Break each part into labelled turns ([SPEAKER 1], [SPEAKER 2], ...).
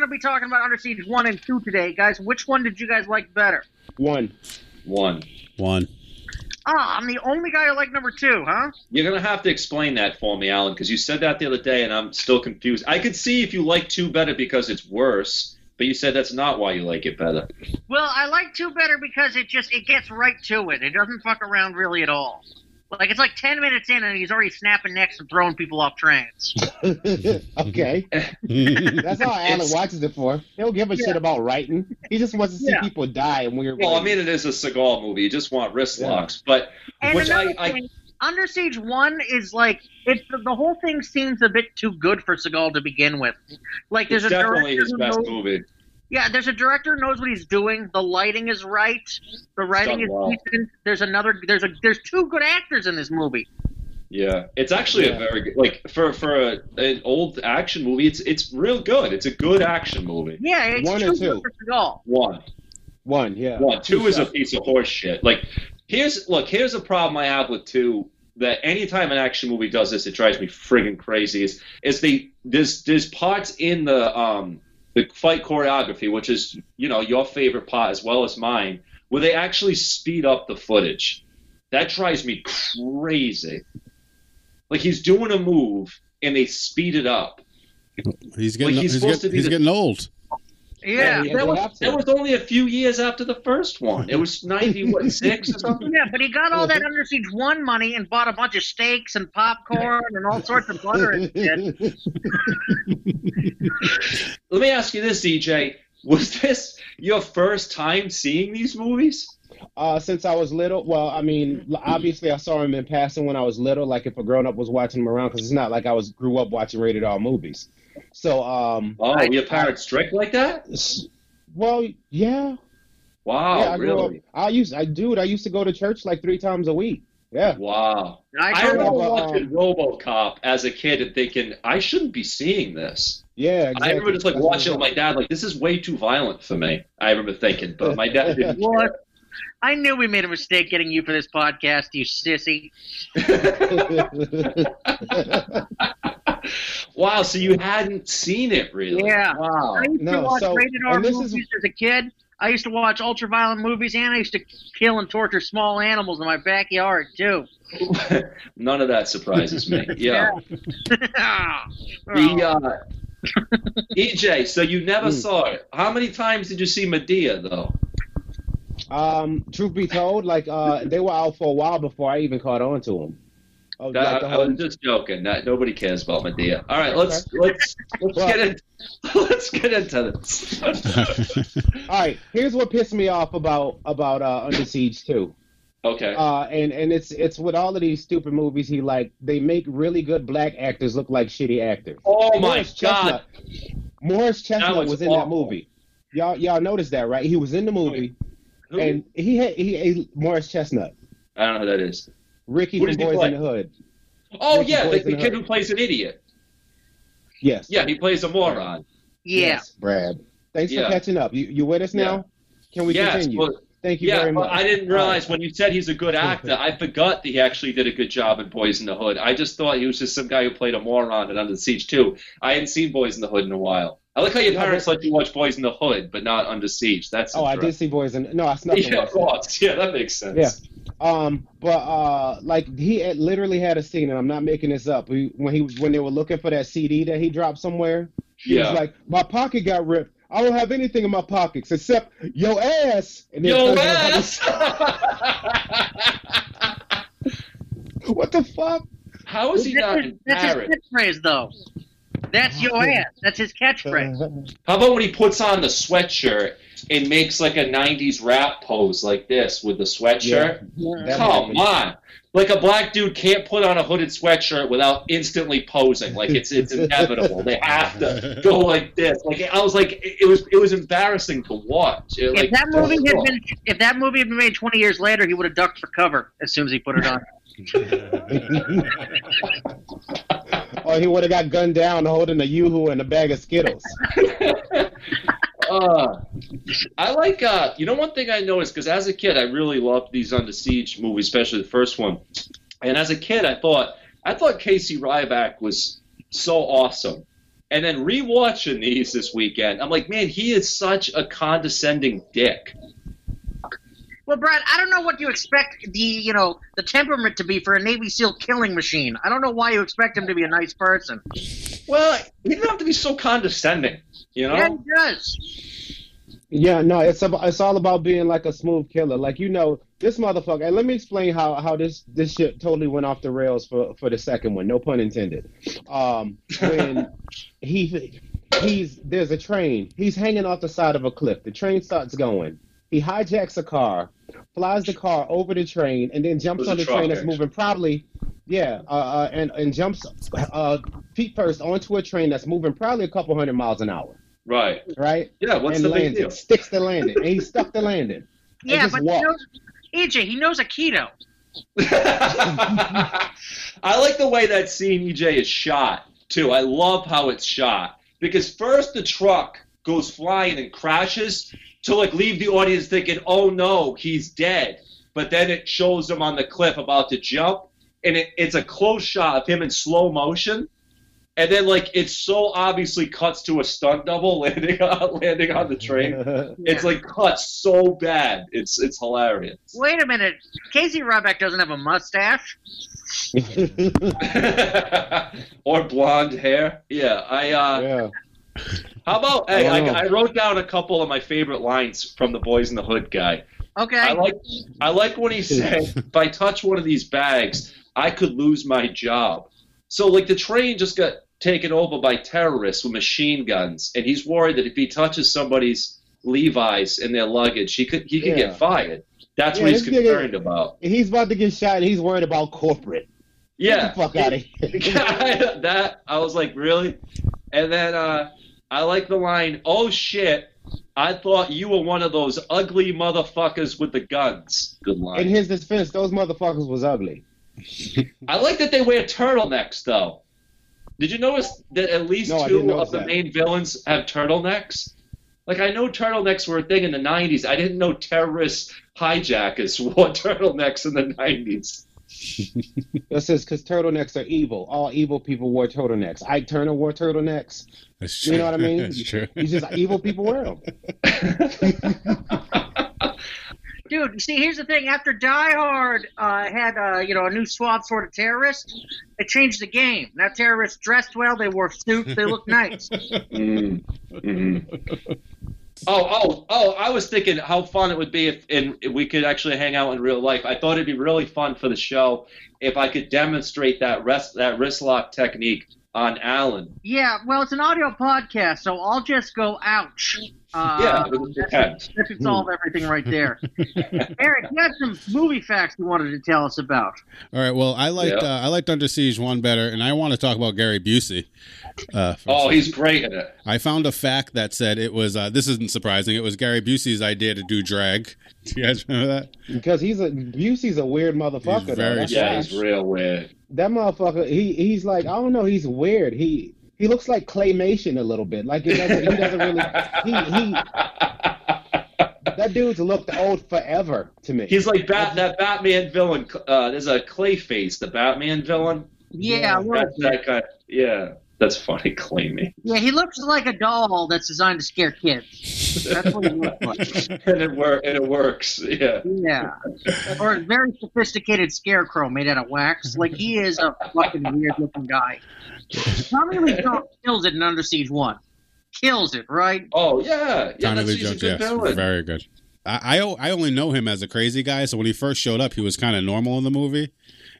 [SPEAKER 1] to be talking about Under Siege 1 and 2 today, guys. Which one did you guys like better?
[SPEAKER 2] One.
[SPEAKER 3] One.
[SPEAKER 4] One.
[SPEAKER 1] Ah, I'm the only guy who liked number 2, huh?
[SPEAKER 3] You're gonna have to explain that for me, Alan, because you said that the other day, and I'm still confused. I could see if you like two better because it's worse, but you said that's not why you like it better.
[SPEAKER 1] Well, I like 2 better because it just it gets right to it. It doesn't fuck around really at all. Like it's like 10 minutes in and he's already snapping necks and throwing people off trains.
[SPEAKER 2] okay. That's all Alan
[SPEAKER 3] It's-
[SPEAKER 2] watches it for. He don't give a shit about writing. He just wants to see
[SPEAKER 1] Yeah.
[SPEAKER 2] people die and weird.
[SPEAKER 3] Well, I mean, it is a Seagal movie. You just want wrist
[SPEAKER 2] Yeah.
[SPEAKER 3] locks, but
[SPEAKER 1] And
[SPEAKER 3] which I,
[SPEAKER 1] another
[SPEAKER 3] I
[SPEAKER 1] thing, Under Siege One is like it's the, the whole thing seems a bit too good for Seagal to begin with. Like there's
[SPEAKER 3] it's
[SPEAKER 1] a
[SPEAKER 3] definitely
[SPEAKER 1] director
[SPEAKER 3] his
[SPEAKER 1] who
[SPEAKER 3] best
[SPEAKER 1] knows,
[SPEAKER 3] movie.
[SPEAKER 1] yeah, there's a director who knows what he's doing. The lighting is right. The writing
[SPEAKER 3] done
[SPEAKER 1] is
[SPEAKER 3] well.
[SPEAKER 1] decent. There's another. There's a. There's two good actors in this movie.
[SPEAKER 3] Yeah, it's actually
[SPEAKER 2] Yeah.
[SPEAKER 3] a very good, like for for a, an old action movie. It's it's real good. It's a good action movie.
[SPEAKER 1] Yeah, it's
[SPEAKER 2] One or
[SPEAKER 1] too
[SPEAKER 2] two?
[SPEAKER 1] good for Seagal.
[SPEAKER 3] One,
[SPEAKER 2] one, yeah.
[SPEAKER 3] one, two is a piece of horse shit. Like here's look, here's a problem I have with two. That anytime an action movie does this, it drives me friggin' crazy. Is is they there's there's parts in the um the fight choreography, which is you know your favorite part as well as mine, where they actually speed up the footage. That drives me crazy. Like he's doing a move and they speed it up.
[SPEAKER 4] He's getting
[SPEAKER 3] Well, he's
[SPEAKER 4] he's,
[SPEAKER 3] supposed
[SPEAKER 4] get-
[SPEAKER 3] to be
[SPEAKER 4] he's
[SPEAKER 3] the-
[SPEAKER 4] getting old.
[SPEAKER 1] Yeah.
[SPEAKER 2] Yeah,
[SPEAKER 3] that,
[SPEAKER 2] they have
[SPEAKER 3] was,
[SPEAKER 2] to.
[SPEAKER 3] that was only a few years after the first one. It was ninety what six or something.
[SPEAKER 1] Yeah, but he got all that Under Siege 1 money and bought a bunch of steaks and popcorn and all sorts of butter and shit.
[SPEAKER 3] Let me ask you this, DJ: Was this your first time seeing these movies?
[SPEAKER 2] uh, since I was little. Well, I mean, l- obviously I saw him in passing when I was little. Like if a grown up was watching him around, because it's not like I was grew up watching rated R movies. So, um,
[SPEAKER 3] Oh,
[SPEAKER 1] I-
[SPEAKER 3] your parents strict like that?
[SPEAKER 2] s- well, yeah,
[SPEAKER 3] Wow,
[SPEAKER 2] yeah. I grew
[SPEAKER 3] Oh, really?
[SPEAKER 2] up. I used, I dude, I used to go to church like three times a week. Yeah.
[SPEAKER 3] Wow. I
[SPEAKER 1] told
[SPEAKER 3] remember
[SPEAKER 1] him,
[SPEAKER 2] know, um,
[SPEAKER 3] watching RoboCop as a kid and thinking I shouldn't be seeing this.
[SPEAKER 2] Yeah, exactly.
[SPEAKER 3] I remember just like
[SPEAKER 2] That's
[SPEAKER 3] watching it with
[SPEAKER 2] what
[SPEAKER 3] my dad, like this is way too violent for me. I remember thinking, but my dad didn't.
[SPEAKER 1] "What? I knew we made a mistake getting you for this podcast, you sissy.
[SPEAKER 3] care.
[SPEAKER 2] I'm-
[SPEAKER 3] wow, so you hadn't seen it really?
[SPEAKER 1] Yeah.
[SPEAKER 3] Wow.
[SPEAKER 1] I used
[SPEAKER 2] no,
[SPEAKER 1] to watch
[SPEAKER 2] so-
[SPEAKER 1] rated R
[SPEAKER 2] and this
[SPEAKER 1] movies
[SPEAKER 2] is-
[SPEAKER 1] as a kid. I used to watch ultraviolent movies, and I used to kill and torture small animals in my backyard too.
[SPEAKER 3] None of that surprises me. Yeah.
[SPEAKER 1] uh,
[SPEAKER 3] The,
[SPEAKER 1] Oh, yeah.
[SPEAKER 3] uh, EJ, uh, E so you never
[SPEAKER 2] Mm.
[SPEAKER 3] saw it. How many times did you see Medea, though?
[SPEAKER 2] um, truth be told, like uh, they were out for a while before I even caught on to them. Oh,
[SPEAKER 3] That-
[SPEAKER 2] like, the
[SPEAKER 3] I,
[SPEAKER 2] whole-
[SPEAKER 3] am just joking. That, nobody cares about Medea. All right, let's let's let's
[SPEAKER 2] Well-
[SPEAKER 3] get in, let's get into this.
[SPEAKER 2] All right, here's what pissed me off about about uh, Under Siege 2.
[SPEAKER 3] okay.
[SPEAKER 2] Uh, and and it's it's with all of these stupid movies. He like they make really good black actors look like shitty actors.
[SPEAKER 3] oh my
[SPEAKER 2] Morris
[SPEAKER 3] God!
[SPEAKER 2] Chestnut- Morris Chestnut
[SPEAKER 3] was
[SPEAKER 2] was, in that
[SPEAKER 3] awful.
[SPEAKER 2] movie. Y'all y'all noticed that right? He was in the movie,
[SPEAKER 3] Who-
[SPEAKER 2] and he had he, he Morris Chestnut,
[SPEAKER 3] I don't know who that is.
[SPEAKER 2] Ricky
[SPEAKER 3] Who
[SPEAKER 2] from
[SPEAKER 3] does he
[SPEAKER 2] Boys
[SPEAKER 3] play?
[SPEAKER 2] in the Hood.
[SPEAKER 3] Oh
[SPEAKER 2] Ricky
[SPEAKER 3] yeah, the,
[SPEAKER 2] Boys
[SPEAKER 3] the
[SPEAKER 2] in
[SPEAKER 3] kid
[SPEAKER 2] Her.
[SPEAKER 3] who plays an idiot.
[SPEAKER 2] Yes.
[SPEAKER 3] Yeah, he plays a moron.
[SPEAKER 1] yeah.
[SPEAKER 2] Yes, Brad. Thanks
[SPEAKER 3] Yeah.
[SPEAKER 2] for catching up. You you with us
[SPEAKER 3] Yeah.
[SPEAKER 2] now? Can we
[SPEAKER 3] yes,
[SPEAKER 2] continue?
[SPEAKER 3] but-
[SPEAKER 2] Thank you
[SPEAKER 3] yeah,
[SPEAKER 2] very
[SPEAKER 3] but
[SPEAKER 2] much.
[SPEAKER 3] I didn't realize when you said he's a good actor, I forgot that he actually did a good job in Boys in the Hood. I just thought he was just some guy who played a moron in Under the Siege too. I hadn't seen Boys in the Hood in a while. I like how your
[SPEAKER 2] Yeah,
[SPEAKER 3] parents let you watch Boys in the Hood, but not Under Siege. That's
[SPEAKER 2] Oh, I did
[SPEAKER 3] interesting.
[SPEAKER 2] see Boys in. No, I snuck the
[SPEAKER 3] Yeah,
[SPEAKER 2] last
[SPEAKER 3] of
[SPEAKER 2] one.
[SPEAKER 3] course. Yeah, that makes sense.
[SPEAKER 2] Yeah. Um, but uh, like he had literally had a scene, and I'm not making this up. He, when he when they were looking for that CD that he dropped somewhere, he
[SPEAKER 3] Yeah.
[SPEAKER 2] was like, "My pocket got ripped. I don't have anything in my pockets except yo ass." And then-
[SPEAKER 3] Yo, ass!
[SPEAKER 2] What the fuck?
[SPEAKER 3] How is he
[SPEAKER 1] That's
[SPEAKER 3] not
[SPEAKER 1] his- that's
[SPEAKER 3] embarrassed?
[SPEAKER 1] his catchphrase, though. That's your ass. That's his catchphrase.
[SPEAKER 3] How about when he puts on the sweatshirt and makes like a 90s rap pose like this with the sweatshirt?
[SPEAKER 1] Uh,
[SPEAKER 2] That
[SPEAKER 3] Come
[SPEAKER 2] happened.
[SPEAKER 3] on. Like a black dude can't put on a hooded sweatshirt without instantly posing. Like it's it's inevitable. They have to go like this. Like I was like it was it was embarrassing to watch. It, like,
[SPEAKER 1] if that movie
[SPEAKER 3] just-
[SPEAKER 1] had been if that movie had been made 20 years later, he would have ducked for cover as soon as he put it on.
[SPEAKER 2] Or Oh, he would have got gunned down holding a yoo-hoo and a bag of Skittles.
[SPEAKER 3] uh, I like uh you know one thing I noticed because as a kid I really loved these Under Siege movies, especially the first one. And as a kid I thought I thought Casey Ryback was so awesome. And then rewatching these this weekend, I'm like, man, he is such a condescending dick.
[SPEAKER 1] Well, Brad, I don't know what you expect the you know the temperament to be for a Navy SEAL killing machine. I don't know why you expect him to be a nice person.
[SPEAKER 3] Well, he doesn't have to be so condescending, you know?
[SPEAKER 1] Yeah, he does.
[SPEAKER 2] Yeah, no, it's about, it's all about being like a smooth killer. Like you know, this motherfucker. And let me explain how how this this shit totally went off the rails for for the second one. No pun intended. Um, when he he's there's a train. He's hanging off the side of a cliff. The train starts going. He hijacks a car, flies the car over the train, and then jumps
[SPEAKER 3] There's a
[SPEAKER 2] on the
[SPEAKER 3] truck,
[SPEAKER 2] train that's
[SPEAKER 3] actually.
[SPEAKER 2] moving probably. Yeah, uh, uh, and and jumps uh, feet first onto a train that's moving probably a couple hundred miles an hour,
[SPEAKER 3] Right.
[SPEAKER 2] right?
[SPEAKER 3] Yeah, what's
[SPEAKER 2] and
[SPEAKER 3] the big
[SPEAKER 2] lands
[SPEAKER 3] deal?
[SPEAKER 2] it. Sticks the landing. And he stuck the landing. They
[SPEAKER 1] Yeah,
[SPEAKER 2] just
[SPEAKER 1] but he
[SPEAKER 2] walk.
[SPEAKER 1] knows, AJ, he knows Aikido.
[SPEAKER 3] I like the way that scene EJ is shot too. I love how it's shot because first the truck goes flying and crashes to like leave the audience thinking, "Oh no, he's dead." But then it shows him on the cliff about to jump, and it, it's a close shot of him in slow motion. And then, like, it so obviously cuts to a stunt double landing on, landing on the train.
[SPEAKER 1] Yeah.
[SPEAKER 3] It's like cut so bad. It's it's hilarious.
[SPEAKER 1] Wait a minute, Casey Roback doesn't have a mustache.
[SPEAKER 3] or blonde hair. Yeah, I. Uh,
[SPEAKER 2] yeah.
[SPEAKER 3] How about hey, I,
[SPEAKER 2] Wow.
[SPEAKER 3] I wrote down a couple of my favorite lines from the Boys in the Hood guy.
[SPEAKER 1] Okay,
[SPEAKER 3] I like I like when he said, "If I touch one of these bags, I could lose my job." So like the train just got taken over by terrorists with machine guns, and he's worried that if he touches somebody's Levi's in their luggage, he could he could
[SPEAKER 2] Yeah.
[SPEAKER 3] get fired. That's
[SPEAKER 2] Yeah,
[SPEAKER 3] what he's
[SPEAKER 2] this nigga-
[SPEAKER 3] concerned about.
[SPEAKER 2] He's about to get shot and he's worried about corporate.
[SPEAKER 3] Yeah,
[SPEAKER 2] Get the fuck out of here.
[SPEAKER 3] that I was like, really? And then uh, I like the line, "Oh shit, I thought you were one of those ugly motherfuckers with the guns." Good line.
[SPEAKER 2] In his defense, those motherfuckers was ugly.
[SPEAKER 3] I like that they wear turtlenecks though. Did you notice that at least
[SPEAKER 2] No, I didn't
[SPEAKER 3] two
[SPEAKER 2] notice
[SPEAKER 3] of the
[SPEAKER 2] that.
[SPEAKER 3] main villains have turtlenecks? Like I know turtlenecks were a thing in the '90s. I didn't know terrorist hijackers wore turtlenecks in the '90s.
[SPEAKER 2] This is because turtlenecks are evil. All evil people wore turtlenecks. Ike Turner wore turtlenecks.
[SPEAKER 4] That's
[SPEAKER 2] You
[SPEAKER 4] true.
[SPEAKER 2] know what I mean?
[SPEAKER 4] That's true.
[SPEAKER 2] He's just evil people wear them.
[SPEAKER 1] dude. You see, here's the thing. After Die Hard uh, had uh, you know a new swab sort of terrorist, they changed the game. Now terrorists dressed well. They wore suits. They looked nice.
[SPEAKER 3] Mm. Mhm. Oh, oh, oh! I was thinking how fun it would be if, in, if we could actually hang out in real life. I thought it'd be really fun for the show if I could demonstrate that rest that wrist lock technique on Alan.
[SPEAKER 1] Yeah, well, it's an audio podcast, so I'll just go ouch. Uh,
[SPEAKER 3] Yeah, it would
[SPEAKER 1] that
[SPEAKER 3] depend.
[SPEAKER 1] that should solve everything right there. Eric, you had some movie facts you wanted to tell us about.
[SPEAKER 4] All right. Well, I liked
[SPEAKER 3] Yeah.
[SPEAKER 4] uh, I liked Under Siege one better, and I want to talk about Gary Busey. Uh, for a
[SPEAKER 3] Oh,
[SPEAKER 4] second.
[SPEAKER 3] he's great at it.
[SPEAKER 4] I found a fact that said it was. Uh, this isn't surprising. It was Gary Busey's idea to do drag. Do you guys remember that?
[SPEAKER 2] Because he's a Busey's a weird motherfucker. though.
[SPEAKER 4] very
[SPEAKER 2] That's
[SPEAKER 3] Yeah,
[SPEAKER 2] why.
[SPEAKER 3] he's real weird.
[SPEAKER 2] that motherfucker he he's like i don't know he's weird he he looks like claymation a little bit like he doesn't, he doesn't really he, he that dude's looked old forever to me
[SPEAKER 3] He's like Bat, that Batman villain. Uh, there's a Clayface, the Batman villain.
[SPEAKER 1] Yeah,
[SPEAKER 2] Yeah,
[SPEAKER 1] look,
[SPEAKER 3] That's that guy. Yeah, that's funny. Claiming.
[SPEAKER 1] yeah, he looks like a doll that's designed to scare kids. That's what he looks like.
[SPEAKER 3] and it wor- and it works. Yeah.
[SPEAKER 1] Yeah, or a very sophisticated scarecrow made out of wax. Like he is a fucking weird-looking guy. Tommy Lee Jones kills it in Under Siege One. Kills it, right?
[SPEAKER 3] Oh yeah, yeah.
[SPEAKER 4] Tommy
[SPEAKER 3] That's
[SPEAKER 4] Lee
[SPEAKER 3] he's a
[SPEAKER 4] Jones,
[SPEAKER 3] good
[SPEAKER 4] yes,
[SPEAKER 3] villain.
[SPEAKER 4] very good. I, I o- I only know him as a crazy guy. So when he first showed up, he was kind of normal in the movie,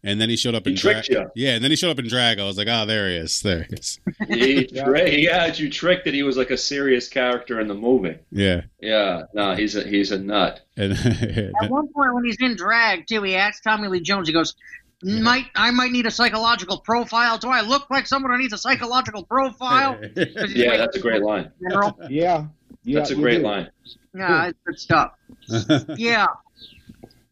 [SPEAKER 4] and then he showed up
[SPEAKER 3] He
[SPEAKER 4] in drag.
[SPEAKER 3] tricked you.
[SPEAKER 4] Yeah, and then he showed up in drag. I was like, oh, there he is, there he is.
[SPEAKER 3] He, tra- he had you tricked that he was like a serious character in the movie.
[SPEAKER 4] Yeah,
[SPEAKER 3] Yeah, no, he's a he's a nut.
[SPEAKER 4] and
[SPEAKER 1] At one point, when he's in drag too, he asks Tommy Lee Jones. He goes, "Might I might need a psychological profile? Do I look like someone who needs a psychological profile?" 'Cause he's
[SPEAKER 3] Yeah,
[SPEAKER 1] like
[SPEAKER 3] that's a great line.
[SPEAKER 1] a general.
[SPEAKER 2] yeah yeah
[SPEAKER 3] that's a
[SPEAKER 2] you
[SPEAKER 3] great
[SPEAKER 2] do.
[SPEAKER 3] line.
[SPEAKER 1] Yeah, it's good stuff. Yeah,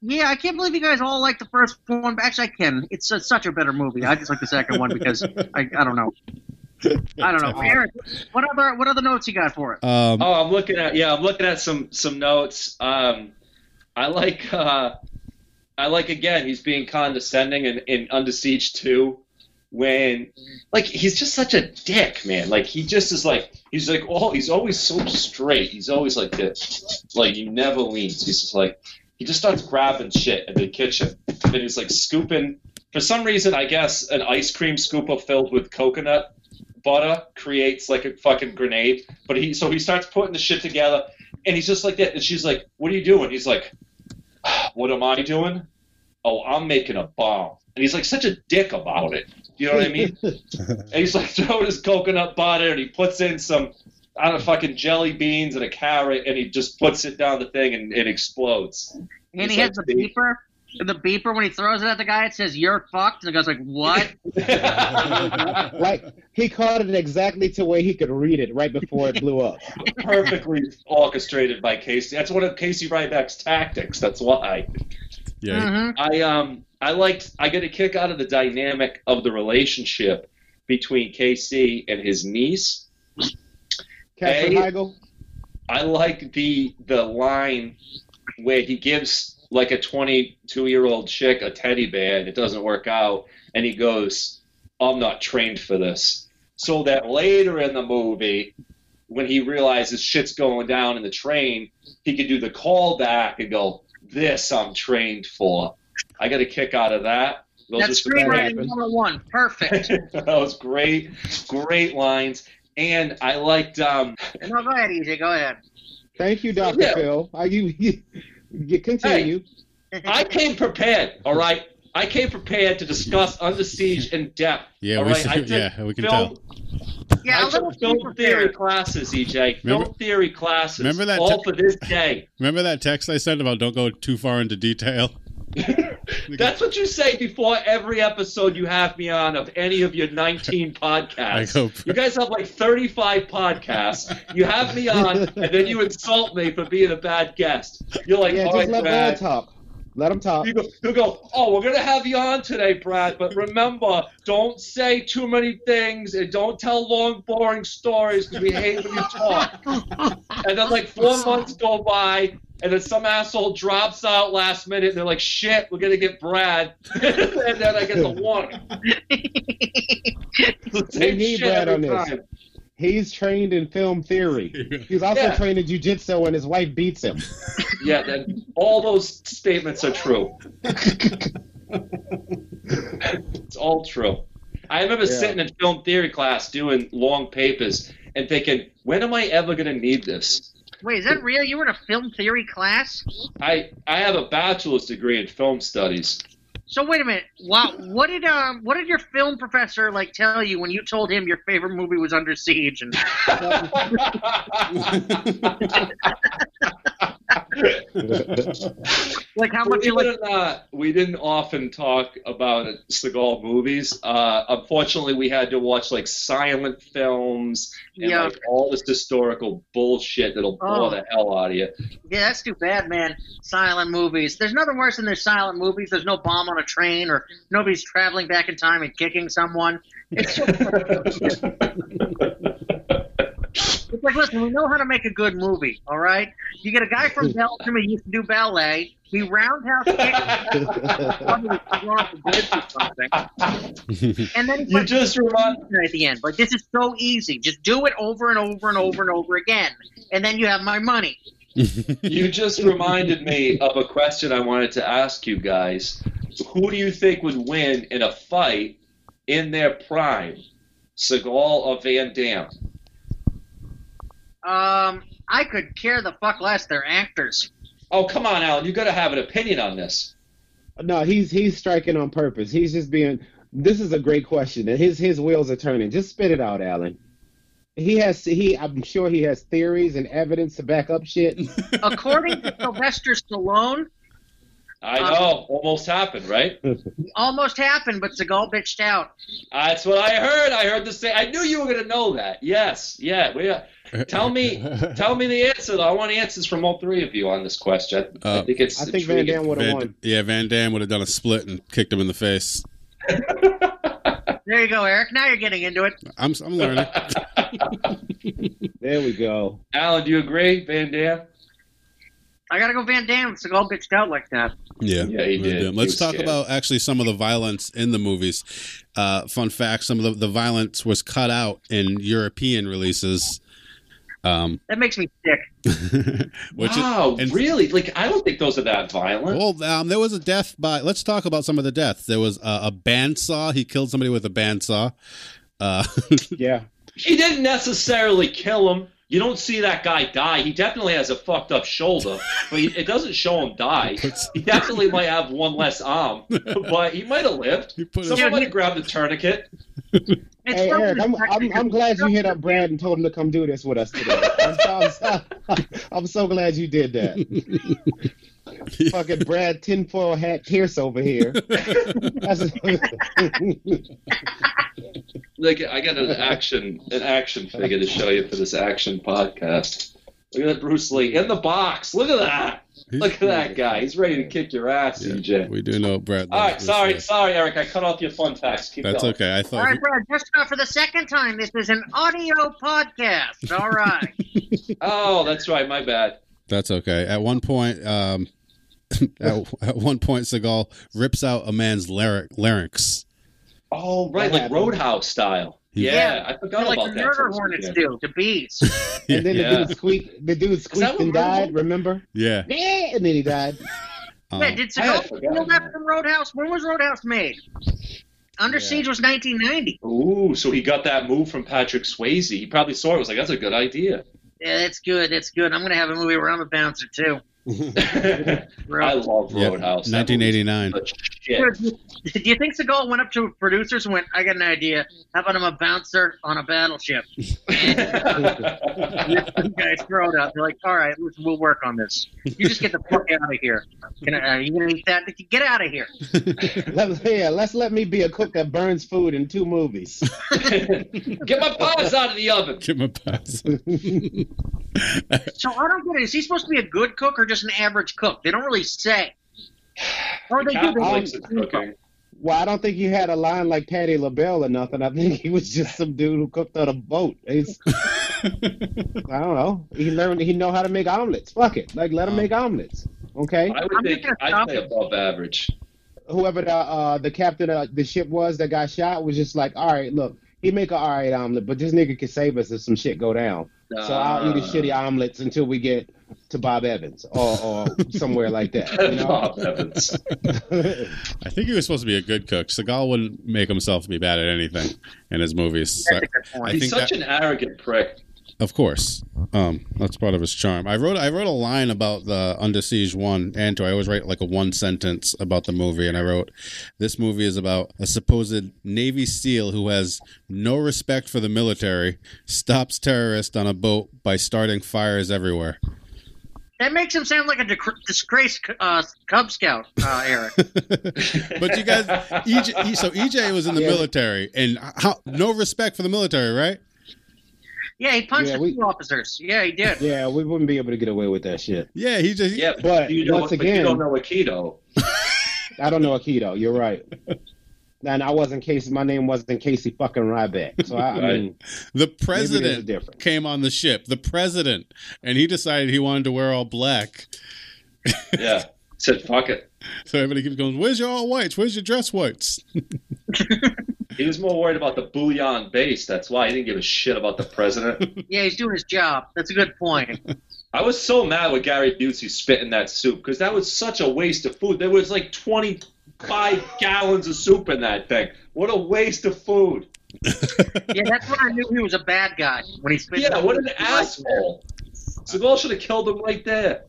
[SPEAKER 1] yeah. I can't believe you guys all like the first one. but Actually, I can. It's uh, such a better movie. I just like the second one because I, I don't know. I don't know. Eric, what other what other notes you got for it?
[SPEAKER 4] um,
[SPEAKER 3] Oh, I'm looking at yeah, I'm looking at some some notes. Um, I like uh, I like again. He's being condescending in, in Under Siege Two. when like he's just such a dick, man. Like he just is like he's like all he's always so straight. He's always like this. Like he never leans. He's just like he just starts grabbing shit in the kitchen. And he's like scooping for some reason I guess an ice cream scooper filled with coconut butter creates like a fucking grenade. But he so he starts putting the shit together and he's just like that and she's like, What are you doing? He's like, What am I doing? Oh, I'm making a bomb. And he's like such a dick about it. You know what I mean? and he's like throwing his coconut butter and he puts in some I don't know, fucking jelly beans and a carrot and he just puts it down the thing and it explodes.
[SPEAKER 1] And
[SPEAKER 3] He's
[SPEAKER 1] he has the
[SPEAKER 3] like,
[SPEAKER 1] beeper. And the beeper when he throws it at the guy, it says "You're fucked," and the guy's like, "What?"
[SPEAKER 2] Like he caught it exactly to where he could read it right before it blew up.
[SPEAKER 3] perfectly orchestrated by Casey. That's one of Casey Ryback's tactics. That's why
[SPEAKER 4] Yeah.
[SPEAKER 1] Mhm.
[SPEAKER 3] I um I liked I get a kick out of the dynamic of the relationship between Casey and his niece.
[SPEAKER 2] Catherine
[SPEAKER 3] Hey.
[SPEAKER 2] Heigl.
[SPEAKER 3] I like the the line where he gives like a 22 year old chick a teddy bear and it doesn't work out, and he goes, "I'm not trained for this." So that later in the movie, when he realizes shit's going down in the train, he could do the callback and go, "This I'm trained for." I got a kick out of that. Those
[SPEAKER 1] That's
[SPEAKER 3] are some-
[SPEAKER 1] screenwriting
[SPEAKER 2] happen.
[SPEAKER 1] 101. Perfect.
[SPEAKER 3] that was great, great lines. And I liked um,
[SPEAKER 1] no, go ahead, EJ. Go ahead.
[SPEAKER 2] Thank you, Doctor
[SPEAKER 3] Yeah.
[SPEAKER 2] Phil. Are you, you, you continue?
[SPEAKER 3] I came prepared, all right? I came prepared to discuss Under Siege in depth.
[SPEAKER 4] Yeah,
[SPEAKER 3] all
[SPEAKER 4] we,
[SPEAKER 3] right? I took
[SPEAKER 4] yeah, we can
[SPEAKER 3] film,
[SPEAKER 4] tell.
[SPEAKER 1] yeah, a
[SPEAKER 3] I
[SPEAKER 1] little
[SPEAKER 3] took film
[SPEAKER 1] beeper
[SPEAKER 3] theory
[SPEAKER 1] theory.
[SPEAKER 3] classes, EJ. Film
[SPEAKER 4] Remember-
[SPEAKER 3] theory classes.
[SPEAKER 4] remember that
[SPEAKER 3] all
[SPEAKER 4] t-
[SPEAKER 3] for this day.
[SPEAKER 4] Remember that text I sent about don't go too far into detail?
[SPEAKER 3] That's what you say before every episode you have me on of any of your 19
[SPEAKER 4] I
[SPEAKER 3] podcasts.
[SPEAKER 4] hope.
[SPEAKER 3] You guys have like 35 podcasts. You have me on, and then you insult me for being a bad guest. You're like,
[SPEAKER 2] yeah,
[SPEAKER 3] all
[SPEAKER 2] just
[SPEAKER 3] right,
[SPEAKER 2] let Brad
[SPEAKER 3] Brad,
[SPEAKER 2] talk. Let him talk.
[SPEAKER 3] You go, you go, oh, we're going to have you on today, Brad, but remember, don't say too many things and don't tell long, boring stories because we hate when you talk. and then, like, four months go by, and then some asshole drops out last minute, and they're like, shit, we're going to get Brad. and then I get the warning. It's the
[SPEAKER 2] We
[SPEAKER 3] same
[SPEAKER 2] need
[SPEAKER 3] shit
[SPEAKER 2] Brad on
[SPEAKER 3] every
[SPEAKER 2] this.
[SPEAKER 3] time.
[SPEAKER 2] He's trained in film theory. He's also
[SPEAKER 3] Yeah.
[SPEAKER 2] trained in jujitsu, and his wife beats him.
[SPEAKER 3] Yeah, that, all those statements are true. it's all true. I remember
[SPEAKER 2] Yeah.
[SPEAKER 3] sitting in film theory class doing long papers and thinking, when am I ever going to need this?
[SPEAKER 1] Wait, is that real? You were in a film theory class?
[SPEAKER 3] I, I have a bachelor's degree in film studies.
[SPEAKER 1] So wait a minute. Wow, what did um, what did your film professor like tell you when you told him your favorite movie was Under Siege? And like how much you
[SPEAKER 3] Believe
[SPEAKER 1] like?
[SPEAKER 3] it or not, we didn't often talk about Seagal movies. Uh, unfortunately, we had to watch like silent films and
[SPEAKER 1] Yeah,
[SPEAKER 3] like all this historical bullshit that'll bore
[SPEAKER 1] Oh.
[SPEAKER 3] the hell out of you.
[SPEAKER 1] yeah, that's too bad, man. Silent movies. There's nothing worse than there's silent movies. There's no bomb on a train, or nobody's traveling back in time and kicking someone. It's so It's like, listen, we know how to make a good movie, all right? You get a guy from Belgium who used to do ballet. He roundhouse kicks somebody with a floor off the bridge or something, and then he's
[SPEAKER 3] you
[SPEAKER 1] like,
[SPEAKER 3] just remind.
[SPEAKER 1] at the end. Like, this is so easy. Just do it over and over and over and over again, and then you have my money.
[SPEAKER 3] You just reminded me of a question I wanted to ask you guys. Who do you think would win in a fight in their prime, Seagal or Van Damme?
[SPEAKER 1] Um, I could care the fuck less. They're actors.
[SPEAKER 3] Oh, come on, Alan. You got to have an opinion on this.
[SPEAKER 2] No, he's he's striking on purpose. He's just being. This is a great question, and his his wheels are turning. Just spit it out, Alan. He has he. I'm sure he has theories and evidence to back up shit.
[SPEAKER 1] According to Sylvester Stallone,
[SPEAKER 3] I
[SPEAKER 1] Um,
[SPEAKER 3] know, almost happened, right?
[SPEAKER 1] it almost happened, but Seagal bitched out.
[SPEAKER 3] Uh, that's what I heard. I heard the same. I knew you were going to know that. Yes, yeah. We, tell me, tell me the answer. Though. I want answers from all three of you on this question. I
[SPEAKER 4] Uh,
[SPEAKER 3] think it's.
[SPEAKER 2] I think Van
[SPEAKER 3] intriguing.
[SPEAKER 2] Dam would have
[SPEAKER 4] Van,
[SPEAKER 2] won.
[SPEAKER 4] yeah, Van Damme would have done a split and kicked him in the face.
[SPEAKER 1] There you go, Eric. Now you're getting into it.
[SPEAKER 4] I'm, I'm learning.
[SPEAKER 2] There we go.
[SPEAKER 3] Alan, do you agree, Van Dam?
[SPEAKER 1] I gotta go Van Damme. It's all bitched out like that.
[SPEAKER 4] Yeah,
[SPEAKER 3] Yeah, he
[SPEAKER 4] Van
[SPEAKER 3] did.
[SPEAKER 4] Damme.
[SPEAKER 3] He
[SPEAKER 4] Let's
[SPEAKER 3] was
[SPEAKER 4] talk
[SPEAKER 3] scared.
[SPEAKER 4] about actually some of the violence in the movies. Uh, fun fact: some of the, the violence was cut out in European releases, um,
[SPEAKER 1] That makes me sick.
[SPEAKER 4] which is,
[SPEAKER 3] wow,
[SPEAKER 4] and-
[SPEAKER 3] really? Like, I don't think those are that violent.
[SPEAKER 4] well, um, there was a death by. Let's talk about some of the deaths. There was uh, a bandsaw. He killed somebody with a bandsaw. Uh,
[SPEAKER 2] Yeah.
[SPEAKER 3] He didn't necessarily kill him. You don't see that guy die. He definitely has a fucked up shoulder, but he- it doesn't show him die.
[SPEAKER 4] puts-
[SPEAKER 3] He definitely might have one less arm, but he might have lived.
[SPEAKER 4] he put his-
[SPEAKER 3] Someone might have grabbed the tourniquet.
[SPEAKER 1] It's
[SPEAKER 2] hey,
[SPEAKER 1] something
[SPEAKER 2] Eric, I'm,
[SPEAKER 1] that's
[SPEAKER 2] I'm, I'm glad you hit up Brad and told him to come do this with us today. I'm, so- I'm so- I'm so glad you did that. Fucking Brad tinfoil hat Pierce over here. That's-
[SPEAKER 3] Like, I got an action, an action figure to show you for this action podcast. Look at that Bruce Lee in the box. Look at that. Look at that guy. He's ready to kick your ass,
[SPEAKER 4] Yeah,
[SPEAKER 3] CJ.
[SPEAKER 4] we do know Brad.
[SPEAKER 3] All
[SPEAKER 4] loves
[SPEAKER 3] right,
[SPEAKER 4] Bruce
[SPEAKER 3] sorry,
[SPEAKER 4] Lee.
[SPEAKER 3] sorry, Eric. I cut off your fun facts. Keep
[SPEAKER 4] That's
[SPEAKER 3] going.
[SPEAKER 4] okay. I
[SPEAKER 1] All
[SPEAKER 4] thought
[SPEAKER 1] right, Brad, just uh, for the second time, this is an audio podcast. All right.
[SPEAKER 3] Oh, that's right. My bad.
[SPEAKER 4] That's okay. At one point, um, at, at one point, Seagal rips out a man's larynx. larynx.
[SPEAKER 3] Oh, right,
[SPEAKER 2] That
[SPEAKER 3] like
[SPEAKER 2] happened.
[SPEAKER 3] Roadhouse style.
[SPEAKER 4] Yeah.
[SPEAKER 3] Yeah, I
[SPEAKER 1] They're
[SPEAKER 3] forgot
[SPEAKER 1] like the
[SPEAKER 3] about that.
[SPEAKER 1] murder
[SPEAKER 3] till
[SPEAKER 1] hornets
[SPEAKER 3] this weekend.
[SPEAKER 1] do to bees.
[SPEAKER 2] and then
[SPEAKER 3] Yeah.
[SPEAKER 2] the dude squeaked, the dude squeaked
[SPEAKER 3] what
[SPEAKER 2] and
[SPEAKER 3] Roadhouse-
[SPEAKER 2] died, remember?
[SPEAKER 4] Yeah.
[SPEAKER 2] Yeah, and then he died.
[SPEAKER 4] Um,
[SPEAKER 1] yeah, did
[SPEAKER 3] I
[SPEAKER 1] Seagal
[SPEAKER 3] had
[SPEAKER 1] steal
[SPEAKER 3] forgotten
[SPEAKER 1] that
[SPEAKER 3] that.
[SPEAKER 1] from Roadhouse? When was Roadhouse made? Under
[SPEAKER 2] Yeah.
[SPEAKER 1] Siege was 1990.
[SPEAKER 3] Ooh, so he got that move from Patrick Swayze. He probably saw it. Was like, that's a good idea.
[SPEAKER 1] Yeah, that's good. That's good. I'm gonna have a movie where I'm a bouncer too.
[SPEAKER 3] I
[SPEAKER 1] Bro.
[SPEAKER 3] love
[SPEAKER 4] yeah,
[SPEAKER 3] Roadhouse. That movie's
[SPEAKER 4] 1989.
[SPEAKER 3] the Shit.
[SPEAKER 1] Do you think Seagal went up to producers and went, "I got an idea. How about I'm a bouncer on a battleship?" And the guys throw it up. They're like, "All right, listen, we'll work on this. You just get the fuck out of here. Can I, are you gonna eat that? Get out of here."
[SPEAKER 2] Let, yeah, let's let me be a cook that burns food in two movies.
[SPEAKER 3] Get my pies out of the oven.
[SPEAKER 4] Give him a pass.
[SPEAKER 1] So I don't get it. Is he supposed to be a good cook or just an average cook? They don't really say. Or they do. They
[SPEAKER 3] Catholics are cooking.
[SPEAKER 2] Well, I don't think he had a line like Patty LaBelle or nothing. I think he was just some dude who cooked on a boat. He's, I don't know. He learned he know how to make omelets. Fuck it, like let him make omelets. Okay,
[SPEAKER 3] I
[SPEAKER 1] I'm
[SPEAKER 3] would think
[SPEAKER 1] thinking of
[SPEAKER 3] I'd say above average.
[SPEAKER 2] whoever the uh, the captain of the ship was that got shot was just like, all right, look, he make an all right omelet, but this nigga can save us if some shit go down. So I'll eat
[SPEAKER 3] Uh,
[SPEAKER 2] his shitty omelets until we get to Bob Evans or, or somewhere like that. You know?
[SPEAKER 3] Bob Evans.
[SPEAKER 4] I think he was supposed to be a good cook. Seagal wouldn't make himself be bad at anything in his movies. So-
[SPEAKER 1] That's a good point.
[SPEAKER 4] I
[SPEAKER 3] He's
[SPEAKER 4] think
[SPEAKER 3] such an arrogant prick.
[SPEAKER 4] Of course, um, that's part of his charm. I wrote I wrote a line about the Under Siege one and two. I always write like a one sentence about the movie, and I wrote, "This movie is about a supposed Navy SEAL who has no respect for the military, stops terrorists on a boat by starting fires everywhere."
[SPEAKER 1] That makes him sound like a dec- disgraced uh, Cub Scout, uh, Eric.
[SPEAKER 4] But you guys, EJ, E- so EJ was in the
[SPEAKER 2] Yeah.
[SPEAKER 4] military, and how, no respect for the military, right?
[SPEAKER 1] yeah, he punched
[SPEAKER 2] Yeah,
[SPEAKER 1] the
[SPEAKER 2] we-
[SPEAKER 1] two officers. Yeah, he did.
[SPEAKER 2] yeah, we wouldn't be able to get away with that shit.
[SPEAKER 4] Yeah, he just
[SPEAKER 3] Yeah, but,
[SPEAKER 2] But
[SPEAKER 3] you don't,
[SPEAKER 2] once
[SPEAKER 3] but you
[SPEAKER 2] again-
[SPEAKER 3] don't know Aikido.
[SPEAKER 2] I don't know Aikido. You're right. And I wasn't Casey. My name wasn't Casey fucking Ryback. So I, I
[SPEAKER 3] Right.
[SPEAKER 2] mean,
[SPEAKER 4] the
[SPEAKER 2] maybe there's a
[SPEAKER 4] president
[SPEAKER 2] difference.
[SPEAKER 4] came on the ship, the president, and he decided he wanted to wear all black.
[SPEAKER 3] Yeah. Said fuck it.
[SPEAKER 4] So everybody keeps going, Where's your all whites? Where's your dress whites?
[SPEAKER 3] He was more worried about the bouillon base. That's why he didn't give a shit about the president.
[SPEAKER 1] Yeah, he's doing his job. That's a good point.
[SPEAKER 3] I was so mad with Gary Busey spitting that soup because that was such a waste of food. There was like 25 gallons of soup in that thing. What a waste of food.
[SPEAKER 1] Yeah, that's when I knew he was a bad guy when he spit.
[SPEAKER 3] Yeah, what an asshole. Seagal should have killed him right there.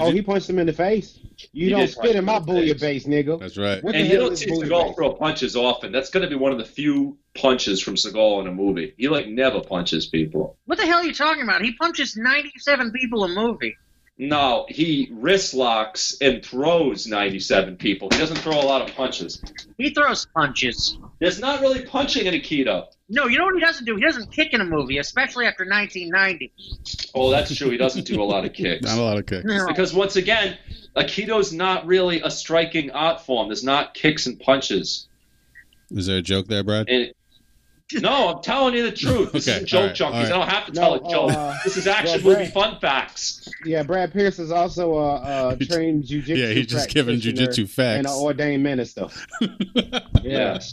[SPEAKER 2] Oh, he punched him in the face. You
[SPEAKER 3] He
[SPEAKER 2] don't
[SPEAKER 3] did punch
[SPEAKER 2] spit in
[SPEAKER 3] him
[SPEAKER 2] my
[SPEAKER 3] in the
[SPEAKER 2] booyah
[SPEAKER 3] face.
[SPEAKER 2] base, nigga.
[SPEAKER 4] That's right.
[SPEAKER 2] What the
[SPEAKER 3] and you
[SPEAKER 2] hell
[SPEAKER 3] don't
[SPEAKER 2] is
[SPEAKER 3] see
[SPEAKER 2] booyah
[SPEAKER 3] Seagal
[SPEAKER 2] base?
[SPEAKER 3] throw punches often. That's going to be one of the few punches from Seagal in a movie. He like never punches people.
[SPEAKER 1] What the hell are you talking about? He punches 97 people a movie.
[SPEAKER 3] No, he wrist locks and throws 97 people. He doesn't throw a lot of punches.
[SPEAKER 1] He throws punches.
[SPEAKER 3] There's not really punching in Aikido.
[SPEAKER 1] No, you know what he doesn't do? He doesn't kick in a movie, especially after 1990.
[SPEAKER 3] Oh, that's true. He doesn't do a lot of kicks.
[SPEAKER 4] Not a lot of kicks.
[SPEAKER 1] No.
[SPEAKER 3] Because once again, Aikido's not really a striking art form. There's not kicks and punches.
[SPEAKER 4] Is there a joke there, Brad?
[SPEAKER 3] And No, I'm telling you the truth. This
[SPEAKER 4] Okay,
[SPEAKER 3] isn't joke
[SPEAKER 4] alright,
[SPEAKER 3] junkies.
[SPEAKER 4] alright.
[SPEAKER 3] I don't have to
[SPEAKER 2] No,
[SPEAKER 3] tell a joke.
[SPEAKER 2] uh,
[SPEAKER 3] this is action
[SPEAKER 2] well,
[SPEAKER 3] movie
[SPEAKER 2] Brad-
[SPEAKER 3] fun facts.
[SPEAKER 2] Yeah, Brad Pierce is also a, uh
[SPEAKER 4] He just-
[SPEAKER 2] trained jujitsu.
[SPEAKER 4] yeah, he's just giving
[SPEAKER 2] practitioner
[SPEAKER 4] jujitsu
[SPEAKER 2] and an
[SPEAKER 4] facts.
[SPEAKER 2] ordained minister. yes,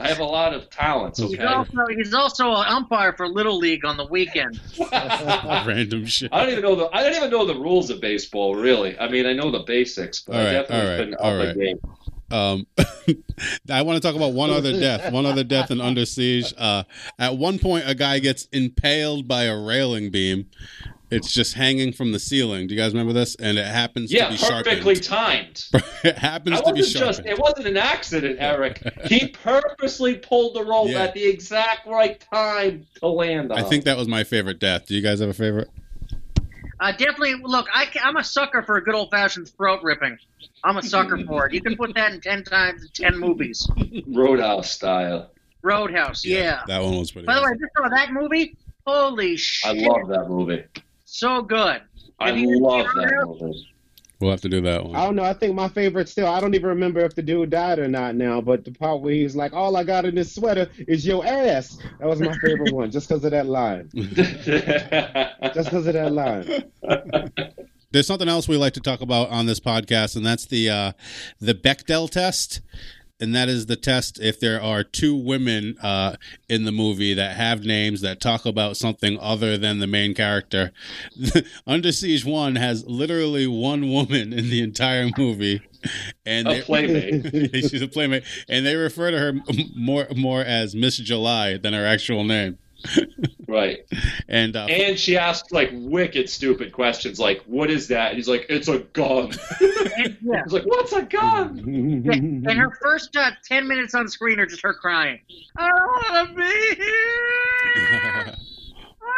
[SPEAKER 3] I have a lot of talents.
[SPEAKER 1] He's
[SPEAKER 3] Okay.
[SPEAKER 1] also, he's also an umpire for Little League on the weekend.
[SPEAKER 3] I
[SPEAKER 4] Random shit.
[SPEAKER 3] don't even know the I don't even know the rules of baseball. Really, I mean, I know the basics, but I
[SPEAKER 4] Alright,
[SPEAKER 3] definitely
[SPEAKER 4] alright,
[SPEAKER 3] couldn't up
[SPEAKER 4] alright.
[SPEAKER 3] my game.
[SPEAKER 4] Um, I want to talk about one other death. One other death in Under Siege. Uh, at one point, a guy gets impaled by a railing beam. It's just hanging from the ceiling. Do you guys remember this? And it happens to
[SPEAKER 3] Yeah,
[SPEAKER 4] be
[SPEAKER 3] perfectly
[SPEAKER 4] sharpened.
[SPEAKER 3] timed.
[SPEAKER 4] it happens
[SPEAKER 3] I
[SPEAKER 4] to be
[SPEAKER 3] wasn't just.
[SPEAKER 4] sharpened.
[SPEAKER 3] It wasn't an accident, Eric. He purposely pulled the rope
[SPEAKER 4] Yeah.
[SPEAKER 3] at the exact right time to uh, land on.
[SPEAKER 4] I think that was my favorite death. Do you guys have a favorite?
[SPEAKER 1] Uh, definitely, look, I, ca- I'm a sucker for a good old fashioned throat ripping. I'm a sucker for it. You can put that in 10 times, 10 movies.
[SPEAKER 3] Roadhouse style.
[SPEAKER 1] Roadhouse, yeah.
[SPEAKER 4] that one was pretty.
[SPEAKER 1] By the
[SPEAKER 4] good.
[SPEAKER 1] way, just saw that movie. Holy
[SPEAKER 3] I
[SPEAKER 1] shit.
[SPEAKER 3] love that movie.
[SPEAKER 1] So good.
[SPEAKER 3] I
[SPEAKER 1] Have you seen
[SPEAKER 3] love that
[SPEAKER 1] Roadhouse?
[SPEAKER 3] movie.
[SPEAKER 4] we'll have to do that one.
[SPEAKER 2] I don't know. I think my favorite still. I don't even remember if the dude died or not now. But the part where he's like, "All I got in this sweater is your ass." That was my favorite one, just because of that line. Just because of that line.
[SPEAKER 4] There's something else we like to talk about on this podcast, and that's the uh, the Bechdel test, and that is the test if there are two women uh, in the movie that have names that talk about something other than the main character. Under Siege One has literally one woman in the entire movie, and
[SPEAKER 3] a
[SPEAKER 4] they-
[SPEAKER 3] playmate.
[SPEAKER 4] she's a playmate, and they refer to her m- more more as Miss July than her actual name.
[SPEAKER 3] Right.
[SPEAKER 4] And uh,
[SPEAKER 3] And she asked like wicked stupid questions like, What is that? And he's like, It's a gun.
[SPEAKER 1] And, yeah.
[SPEAKER 3] he's like, What's a gun?
[SPEAKER 1] And her first uh, 10 minutes on screen are just her crying. I don't want to be here. I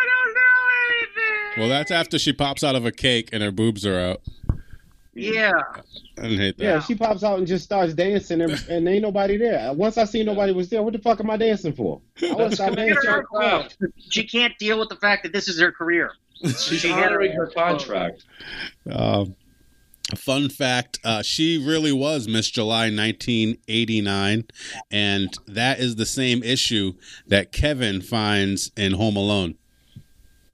[SPEAKER 1] don't know anything.
[SPEAKER 4] well, that's after she pops out of a cake and her boobs are out.
[SPEAKER 1] Yeah.
[SPEAKER 4] I hate that.
[SPEAKER 2] yeah, she pops out and just starts dancing, and, and ain't nobody there. Once I see nobody was there, what the fuck am I dancing for? I want to stop
[SPEAKER 3] commit
[SPEAKER 2] dancing.
[SPEAKER 3] to her craft.
[SPEAKER 1] She can't deal with the fact that this is her career.
[SPEAKER 3] She's
[SPEAKER 1] She had
[SPEAKER 3] honoring
[SPEAKER 1] a-
[SPEAKER 3] her contract.
[SPEAKER 4] Um, fun fact: uh, she really was Miss July 1989, and that is the same issue that Kevin finds in Home Alone.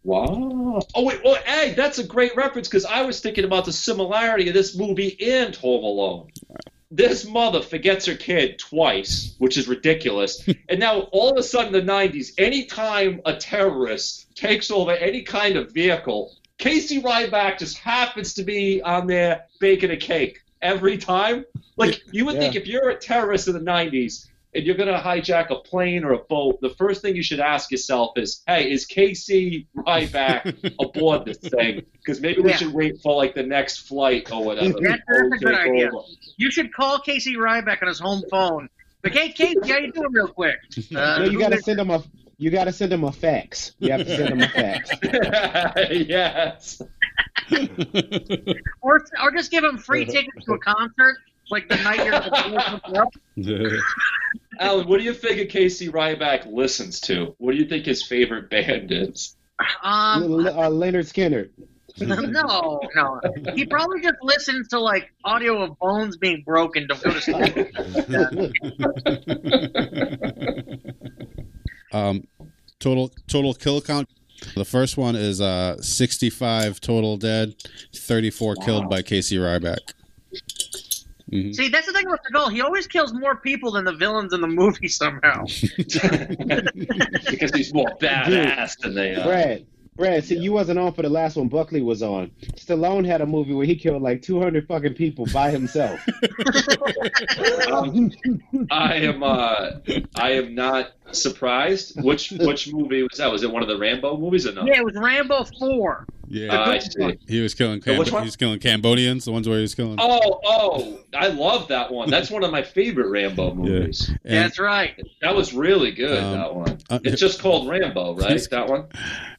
[SPEAKER 3] Wow. Oh wait, well, hey, that's a great reference because I was thinking about the similarity of this movie and Home Alone. This mother forgets her kid twice, which is ridiculous. and now all of a sudden in the nineties, anytime a terrorist takes over any kind of vehicle, Casey Ryback just happens to be on there baking a cake every time. Like you would
[SPEAKER 2] Yeah.
[SPEAKER 3] think if you're a terrorist in the nineties and you're gonna hijack a plane or a boat, the first thing you should ask yourself is, Hey, is Casey Ryback aboard this thing? Because maybe we
[SPEAKER 1] Yeah.
[SPEAKER 3] should wait for like the next flight or whatever.
[SPEAKER 1] That's- that's a good
[SPEAKER 3] Take
[SPEAKER 1] idea.
[SPEAKER 3] over.
[SPEAKER 1] You should call Casey Ryback on his home phone. But hey, Casey, how you doing real quick? Uh,
[SPEAKER 2] No, you gotta
[SPEAKER 1] who-
[SPEAKER 2] send them a. You gotta send them a fax. You have to send them a fax.
[SPEAKER 3] yes.
[SPEAKER 1] or, or just give him free
[SPEAKER 2] Uh-huh.
[SPEAKER 1] tickets to a concert, like the night you're
[SPEAKER 3] Alan, what do you figure Casey Ryback listens to? What do you think his favorite band is?
[SPEAKER 1] Um,
[SPEAKER 2] Le- uh, Leonard Skinner.
[SPEAKER 1] no, no. He probably just listens to like audio of bones being broken to go to sleep.
[SPEAKER 4] um, total total kill count. The first one is uh, 65 total dead, 34 killed by Casey Ryback. Mhm.
[SPEAKER 1] See, that's the thing about Seagal. He always kills more people than the villains in the movie somehow.
[SPEAKER 3] because he's more badass than they are.
[SPEAKER 2] Brad. Brad, see, you wasn't on for the last one Buckley was on. Stallone had a movie where he killed like 200 fucking people by himself.
[SPEAKER 3] Um, I am uh, I am not surprised. Which which movie was that? Was it one of the Rambo movies or no?
[SPEAKER 1] Yeah, it was Rambo 4.
[SPEAKER 4] Yeah,
[SPEAKER 3] Uh, I see.
[SPEAKER 4] he was killing.
[SPEAKER 3] So
[SPEAKER 4] Cam-
[SPEAKER 3] which one?
[SPEAKER 4] he's killing Cambodians, the ones where he was killing.
[SPEAKER 3] Oh, oh, I love that one. That's one of my favorite Rambo movies.
[SPEAKER 4] And-
[SPEAKER 1] that's right.
[SPEAKER 3] That was really good.
[SPEAKER 4] Um,
[SPEAKER 3] that one.
[SPEAKER 4] uh,
[SPEAKER 3] It's just called Rambo, right?
[SPEAKER 4] He's-
[SPEAKER 3] That one.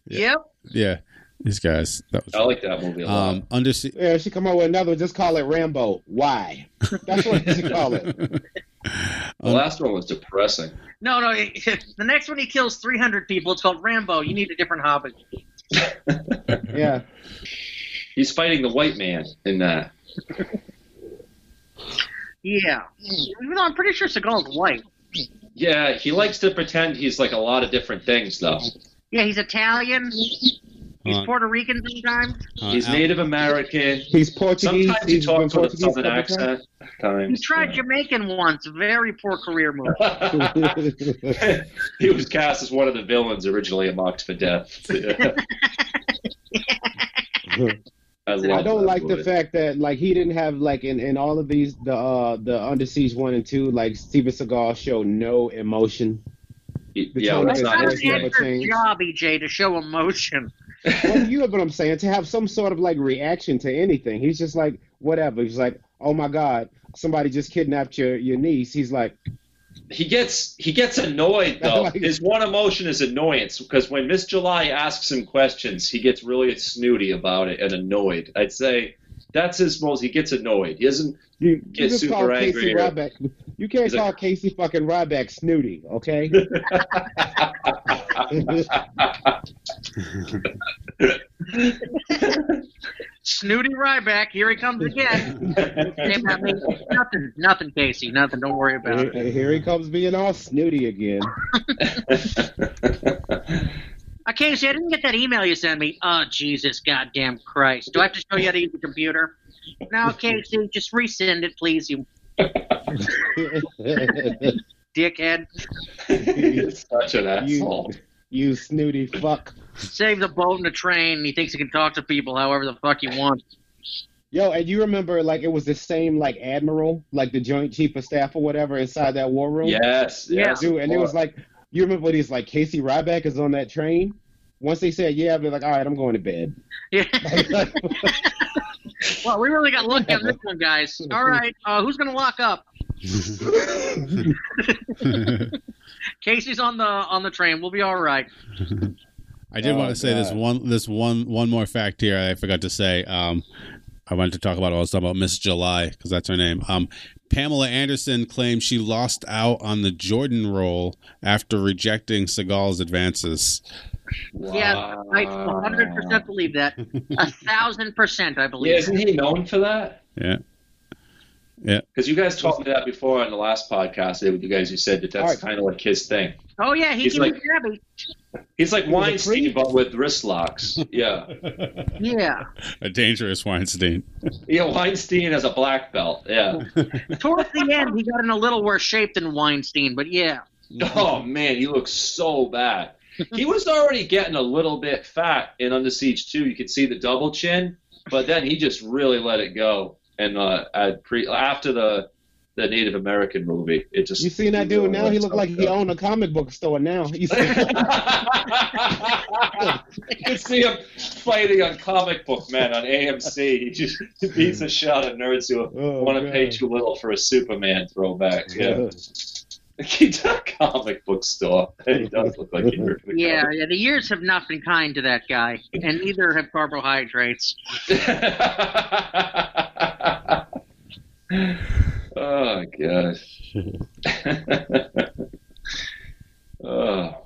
[SPEAKER 4] Yeah.
[SPEAKER 1] Yep.
[SPEAKER 4] yeah, these guys. That was
[SPEAKER 3] I like that movie a lot.
[SPEAKER 4] um, under Siege.
[SPEAKER 2] yeah, she come out with another one, just call it Rambo. Why? That's what she call it.
[SPEAKER 3] the last one was depressing.
[SPEAKER 1] No, no. it- The next one he kills 300 people. It's called Rambo. You need a different hobby.
[SPEAKER 2] Yeah.
[SPEAKER 3] He's fighting the white man in that. Hmm.
[SPEAKER 1] Yeah. Even though I'm pretty sure Seagal's white.
[SPEAKER 3] Yeah, he likes to pretend he's like a lot of different things, though.
[SPEAKER 1] Yeah, he's Italian. He's
[SPEAKER 4] Uh,
[SPEAKER 1] Puerto Rican sometimes.
[SPEAKER 4] uh,
[SPEAKER 3] He's
[SPEAKER 4] Al-
[SPEAKER 3] Native American.
[SPEAKER 2] He's Portuguese.
[SPEAKER 3] Sometimes he
[SPEAKER 2] he's been
[SPEAKER 3] talks with a
[SPEAKER 2] Portuguese
[SPEAKER 3] southern
[SPEAKER 2] a couple
[SPEAKER 3] accent.
[SPEAKER 1] He's
[SPEAKER 3] Times.
[SPEAKER 1] tried Jamaican once. Very poor career move.
[SPEAKER 3] yeah.
[SPEAKER 2] times.
[SPEAKER 3] he was cast as one of the villains originally in Mocked for Death. Yeah. I,
[SPEAKER 2] I
[SPEAKER 3] love
[SPEAKER 2] don't
[SPEAKER 3] that
[SPEAKER 2] like
[SPEAKER 3] movie.
[SPEAKER 2] the fact that like he didn't have like in, in all of these the uh the Under Siege one and two like Steven Seagal showed no emotion. the
[SPEAKER 3] Yeah,
[SPEAKER 2] tone
[SPEAKER 3] that's
[SPEAKER 2] of
[SPEAKER 3] not
[SPEAKER 2] his
[SPEAKER 3] his
[SPEAKER 1] That's
[SPEAKER 2] voice
[SPEAKER 1] an
[SPEAKER 2] never
[SPEAKER 3] thing.
[SPEAKER 1] actor's
[SPEAKER 2] changed.
[SPEAKER 1] job, EJ, to show emotion.
[SPEAKER 2] well, Oh, you know what I'm saying? To have some sort of like reaction to anything, he's just like whatever. He's like, oh my god, somebody just kidnapped your your niece. He's like,
[SPEAKER 3] He gets he gets annoyed though.
[SPEAKER 2] Like-
[SPEAKER 3] His one emotion is annoyance because when Miss July asks him questions, he gets really snooty about it and annoyed. I'd say that's his most. He gets annoyed. He doesn't.
[SPEAKER 2] you, you
[SPEAKER 3] Get
[SPEAKER 2] just
[SPEAKER 3] super
[SPEAKER 2] call
[SPEAKER 3] angry
[SPEAKER 2] Casey
[SPEAKER 3] or-
[SPEAKER 2] Ryback. You can't
[SPEAKER 3] He's
[SPEAKER 2] call
[SPEAKER 3] like-
[SPEAKER 2] Casey fucking Ryback snooty, okay?
[SPEAKER 1] Snooty Ryback, here he comes again. Damn, I mean, nothing, nothing, Casey, nothing. Don't worry about
[SPEAKER 2] here,
[SPEAKER 1] it.
[SPEAKER 2] here he comes being all snooty again.
[SPEAKER 1] Uh, Casey, I didn't get that email you sent me. Oh, Jesus, goddamn Christ. Do I have to show you how to use the computer? No, Casey, just resend it, please, you dickhead.
[SPEAKER 3] He's such an asshole.
[SPEAKER 2] you snooty fuck.
[SPEAKER 1] Save the boat and the train. He thinks he can talk to people however the fuck he wants.
[SPEAKER 2] Yo, and you remember like it was the same like admiral, like the joint chief of staff or whatever inside that war room.
[SPEAKER 3] Yes.
[SPEAKER 1] Yeah.
[SPEAKER 3] Yes.
[SPEAKER 2] Dude, and it was like you remember when he's like Casey Ryback is on that train? Once they said yeah, I'd be like, all right, I'm going to bed.
[SPEAKER 1] Yeah. Well, we really got lucky on this one, guys. All right, uh, who's gonna lock up? Casey's on the on the train. We'll be all right.
[SPEAKER 4] I did
[SPEAKER 2] Oh,
[SPEAKER 4] want to say this
[SPEAKER 2] God.
[SPEAKER 4] one this one one more fact here I forgot to say. Um, I wanted to talk about I was talking about Miss July because that's her name. Um, Pamela Anderson claims she lost out on the Jordan role after rejecting Seagal's advances.
[SPEAKER 1] Yeah, I
[SPEAKER 2] Uh,
[SPEAKER 1] 100% believe that. A thousand percent, I
[SPEAKER 3] Yeah,
[SPEAKER 1] believe.
[SPEAKER 3] isn't he known for that?
[SPEAKER 4] Yeah. Yeah.
[SPEAKER 3] Because you guys told me that before on the last podcast. eh, with You guys, you said that that's
[SPEAKER 2] Alright.
[SPEAKER 3] kind of like his thing.
[SPEAKER 1] Oh yeah, he
[SPEAKER 3] He's
[SPEAKER 1] can
[SPEAKER 3] like-
[SPEAKER 1] be grabby.
[SPEAKER 3] He's like
[SPEAKER 2] was a
[SPEAKER 3] Weinstein,
[SPEAKER 2] freak.
[SPEAKER 3] but with wrist locks. Yeah.
[SPEAKER 1] Yeah,
[SPEAKER 4] A dangerous Weinstein.
[SPEAKER 3] Yeah, Weinstein has a black belt. Yeah.
[SPEAKER 1] towards the end, he got in a little worse shape than Weinstein, but yeah,
[SPEAKER 3] Oh man, he looks so bad. He was already getting a little bit fat in Under Siege 2. You could see the double chin, but then he just really let it go. And uh, at pre after the the Native American movie, it just
[SPEAKER 2] You seen that dude now? He looked like he
[SPEAKER 3] owned.
[SPEAKER 2] owned a comic book store now. You see-
[SPEAKER 3] you can see him fighting on comic book men on AMC. He just beats a shot at nerds who
[SPEAKER 2] Oh,
[SPEAKER 3] want to
[SPEAKER 2] God.
[SPEAKER 3] pay too little for a Superman throwback. Yeah. He's a comic book store. He does look like he worked for the
[SPEAKER 1] yeah, yeah. The years have not been kind to that guy, and neither have carbohydrates.
[SPEAKER 3] comic- oh gosh. oh.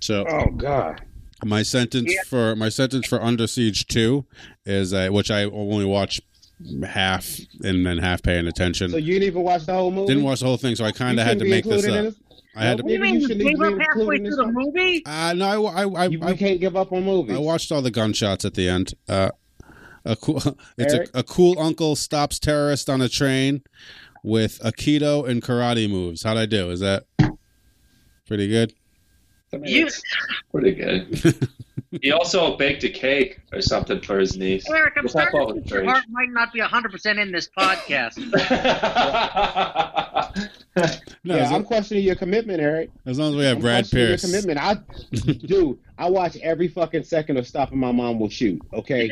[SPEAKER 4] So
[SPEAKER 2] Oh God.
[SPEAKER 4] my sentence
[SPEAKER 1] Yeah.
[SPEAKER 4] for my sentence for Under Siege Two is uh, which I only watched half and then half paying attention.
[SPEAKER 2] So you didn't even watch the whole movie?
[SPEAKER 4] Didn't watch the whole thing, so I kind
[SPEAKER 2] You
[SPEAKER 4] of had
[SPEAKER 2] shouldn't
[SPEAKER 4] to
[SPEAKER 2] be
[SPEAKER 4] make this
[SPEAKER 2] included in
[SPEAKER 4] up. I had to.
[SPEAKER 1] What do you
[SPEAKER 2] Maybe
[SPEAKER 1] mean
[SPEAKER 2] you
[SPEAKER 1] you
[SPEAKER 2] shouldn't
[SPEAKER 1] gave
[SPEAKER 2] even
[SPEAKER 1] up
[SPEAKER 2] include
[SPEAKER 1] halfway
[SPEAKER 2] in
[SPEAKER 1] through
[SPEAKER 2] this
[SPEAKER 1] the
[SPEAKER 2] one.
[SPEAKER 1] movie?
[SPEAKER 4] Uh, no, I, I, I,
[SPEAKER 2] You,
[SPEAKER 4] I,
[SPEAKER 2] you can't give up on movies.
[SPEAKER 4] I watched all the gunshots at the end. Uh, a cool, it's a,
[SPEAKER 2] Eric?
[SPEAKER 4] a cool uncle stops terrorist on a train with aikido and karate moves. How'd I do? Is that pretty good?
[SPEAKER 3] I mean,
[SPEAKER 1] You-
[SPEAKER 3] it's pretty good. he also baked a cake or something for his niece.
[SPEAKER 1] Eric, I'm
[SPEAKER 3] What's
[SPEAKER 1] starting
[SPEAKER 3] up,
[SPEAKER 1] to think
[SPEAKER 3] Olive
[SPEAKER 1] your
[SPEAKER 3] Branch?
[SPEAKER 1] heart might not be 100% in this podcast.
[SPEAKER 4] No,
[SPEAKER 2] yeah,
[SPEAKER 4] as,
[SPEAKER 2] I'm questioning your commitment, Eric.
[SPEAKER 4] as long as we have
[SPEAKER 2] I'm
[SPEAKER 4] Brad
[SPEAKER 2] questioning
[SPEAKER 4] Pierce.
[SPEAKER 2] Your commitment. I, dude, I watch every fucking second of Stopping My Mom Will Shoot. Okay,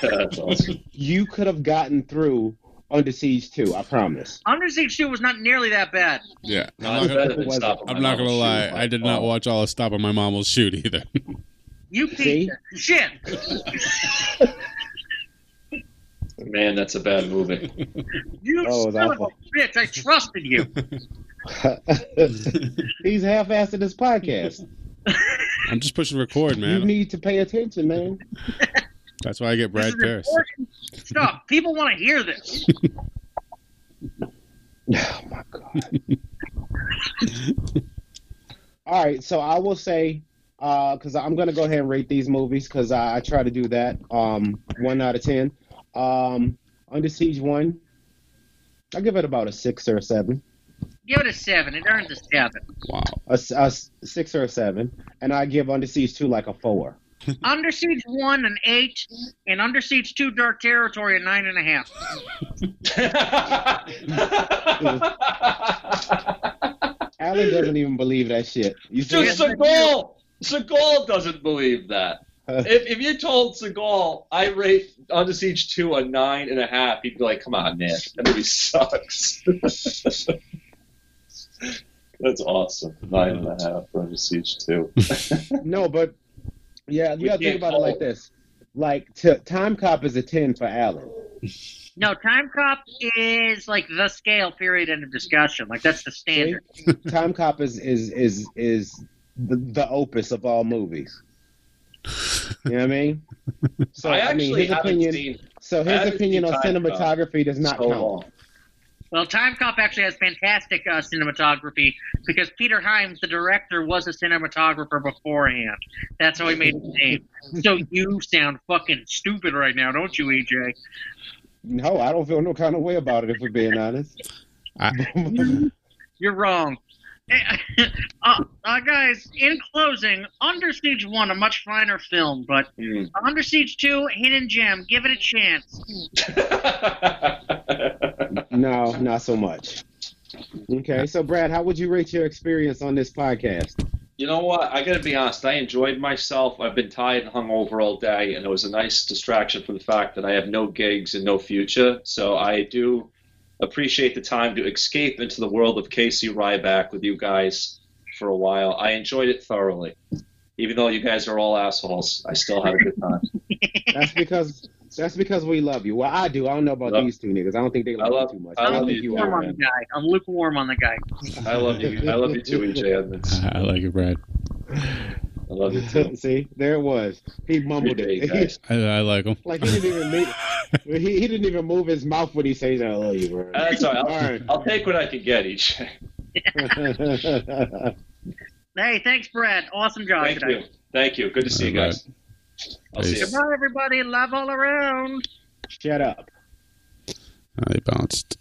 [SPEAKER 3] That's awesome.
[SPEAKER 2] you could have gotten through Under Siege too. I promise.
[SPEAKER 1] Under Siege 2 was not nearly that bad.
[SPEAKER 4] Yeah,
[SPEAKER 3] That's
[SPEAKER 4] I'm not gonna,
[SPEAKER 3] better than
[SPEAKER 2] I'm
[SPEAKER 3] stopping
[SPEAKER 4] I'm
[SPEAKER 3] my
[SPEAKER 4] not
[SPEAKER 3] mom
[SPEAKER 4] gonna
[SPEAKER 3] from
[SPEAKER 4] lie.
[SPEAKER 3] shooting my
[SPEAKER 4] I did not
[SPEAKER 3] phone.
[SPEAKER 4] watch all of Stop and My Mom Will Shoot either.
[SPEAKER 1] You piece of shit.
[SPEAKER 3] Man, that's a bad movie.
[SPEAKER 1] You
[SPEAKER 2] Oh, it was
[SPEAKER 1] son of
[SPEAKER 2] awful.
[SPEAKER 1] a bitch. I trusted you.
[SPEAKER 2] He's half-assed in this podcast.
[SPEAKER 4] I'm just pushing record,
[SPEAKER 2] You
[SPEAKER 4] man.
[SPEAKER 2] need to pay attention, man.
[SPEAKER 4] That's why I get Brad
[SPEAKER 1] this is
[SPEAKER 4] Pierce.
[SPEAKER 1] important stuff. People want to hear this.
[SPEAKER 2] Oh my god. All right, so I will say because I'm gonna go ahead and rate these movies because I, I try to do that. Um, one out of ten. Um, Under Siege one, I give it about a six or a seven,
[SPEAKER 1] Give it a seven. It earns a seven.
[SPEAKER 4] Wow.
[SPEAKER 2] a, s- a s- six or a seven, and I give Under Siege two like a four.
[SPEAKER 1] Under Siege one an eight, and Under Siege two Dark Territory a nine and a half.
[SPEAKER 2] Alan doesn't even believe that shit. You see
[SPEAKER 3] Dude,
[SPEAKER 2] it?
[SPEAKER 3] Seagal, Seagal doesn't believe that. If, if you told Seagal I rate Under Siege 2 a nine and a half, he'd be like, come on, man, that movie sucks. That's awesome. Nine and a half for Under Siege 2.
[SPEAKER 2] No, but yeah, you
[SPEAKER 3] We
[SPEAKER 2] gotta think
[SPEAKER 3] can't
[SPEAKER 2] about it
[SPEAKER 3] call
[SPEAKER 2] like
[SPEAKER 3] it.
[SPEAKER 2] this. Like t- Time Cop is a ten for Alan.
[SPEAKER 1] No, Time Cop is like the scale. Period. End of discussion. Like that's the standard.
[SPEAKER 2] Time Cop is is is is the, the opus of all movies. You know what I mean? So
[SPEAKER 3] I
[SPEAKER 2] I, mean,
[SPEAKER 3] actually
[SPEAKER 2] his
[SPEAKER 3] haven't
[SPEAKER 2] opinion.
[SPEAKER 3] seen
[SPEAKER 2] so
[SPEAKER 3] I
[SPEAKER 2] his
[SPEAKER 3] haven't
[SPEAKER 2] opinion on
[SPEAKER 3] seen Time Cop
[SPEAKER 2] cinematography does not
[SPEAKER 3] so
[SPEAKER 2] count.
[SPEAKER 3] long.
[SPEAKER 1] Well, Time Cop actually has fantastic uh, cinematography because Peter Himes, the director, was a cinematographer beforehand. That's how he made his name. So you sound fucking stupid right now, don't you, E EJ?
[SPEAKER 2] No, I don't feel no kind of way about it if we're being honest.
[SPEAKER 4] I-
[SPEAKER 1] You're wrong. uh, uh, guys, in closing, Under Siege 1, a much finer film, but
[SPEAKER 3] Hmm.
[SPEAKER 1] Under Siege 2, Hidden Gem, give it a chance.
[SPEAKER 2] no, not so much. Okay, so Brad, how would you rate your experience on this podcast?
[SPEAKER 3] you know what? I gotta be honest. I enjoyed myself. I've been tired and hungover all day, and it was a nice distraction from the fact that I have no gigs and no future. So I do appreciate the time to escape into the world of Casey Ryback with you guys for a while. I enjoyed it thoroughly. Even though you guys are all assholes, I still had a good time.
[SPEAKER 2] That's because that's because we love you. Well, I do. I don't know about
[SPEAKER 3] Love-
[SPEAKER 2] these two niggas. I don't think they love,
[SPEAKER 3] I love-
[SPEAKER 2] you too much.
[SPEAKER 3] I
[SPEAKER 2] don't
[SPEAKER 3] love
[SPEAKER 2] think
[SPEAKER 3] you.
[SPEAKER 1] I'm
[SPEAKER 2] are.
[SPEAKER 1] on the guy. I'm lukewarm on the guy.
[SPEAKER 3] I love you. I love you too, EJ Edmonds.
[SPEAKER 4] I like it, Brad.
[SPEAKER 3] I love you too.
[SPEAKER 2] See, there it was. He mumbled
[SPEAKER 3] Appreciate you
[SPEAKER 2] it.
[SPEAKER 3] guys.
[SPEAKER 4] I, I like him.
[SPEAKER 2] like he didn't even make, he, he didn't even move his mouth when he says I love you, bro.
[SPEAKER 3] That's all right. I'll,
[SPEAKER 2] All
[SPEAKER 3] I'll take what I can get, E EJ.
[SPEAKER 2] right.
[SPEAKER 1] Hey, thanks, Brad. Awesome job
[SPEAKER 3] Thank
[SPEAKER 1] today.
[SPEAKER 3] you. Thank you. Good to see you
[SPEAKER 4] All right.
[SPEAKER 3] guys. I'll see you.
[SPEAKER 4] Peace.
[SPEAKER 1] Goodbye, everybody. Love all around.
[SPEAKER 2] Shut up.
[SPEAKER 4] I bounced.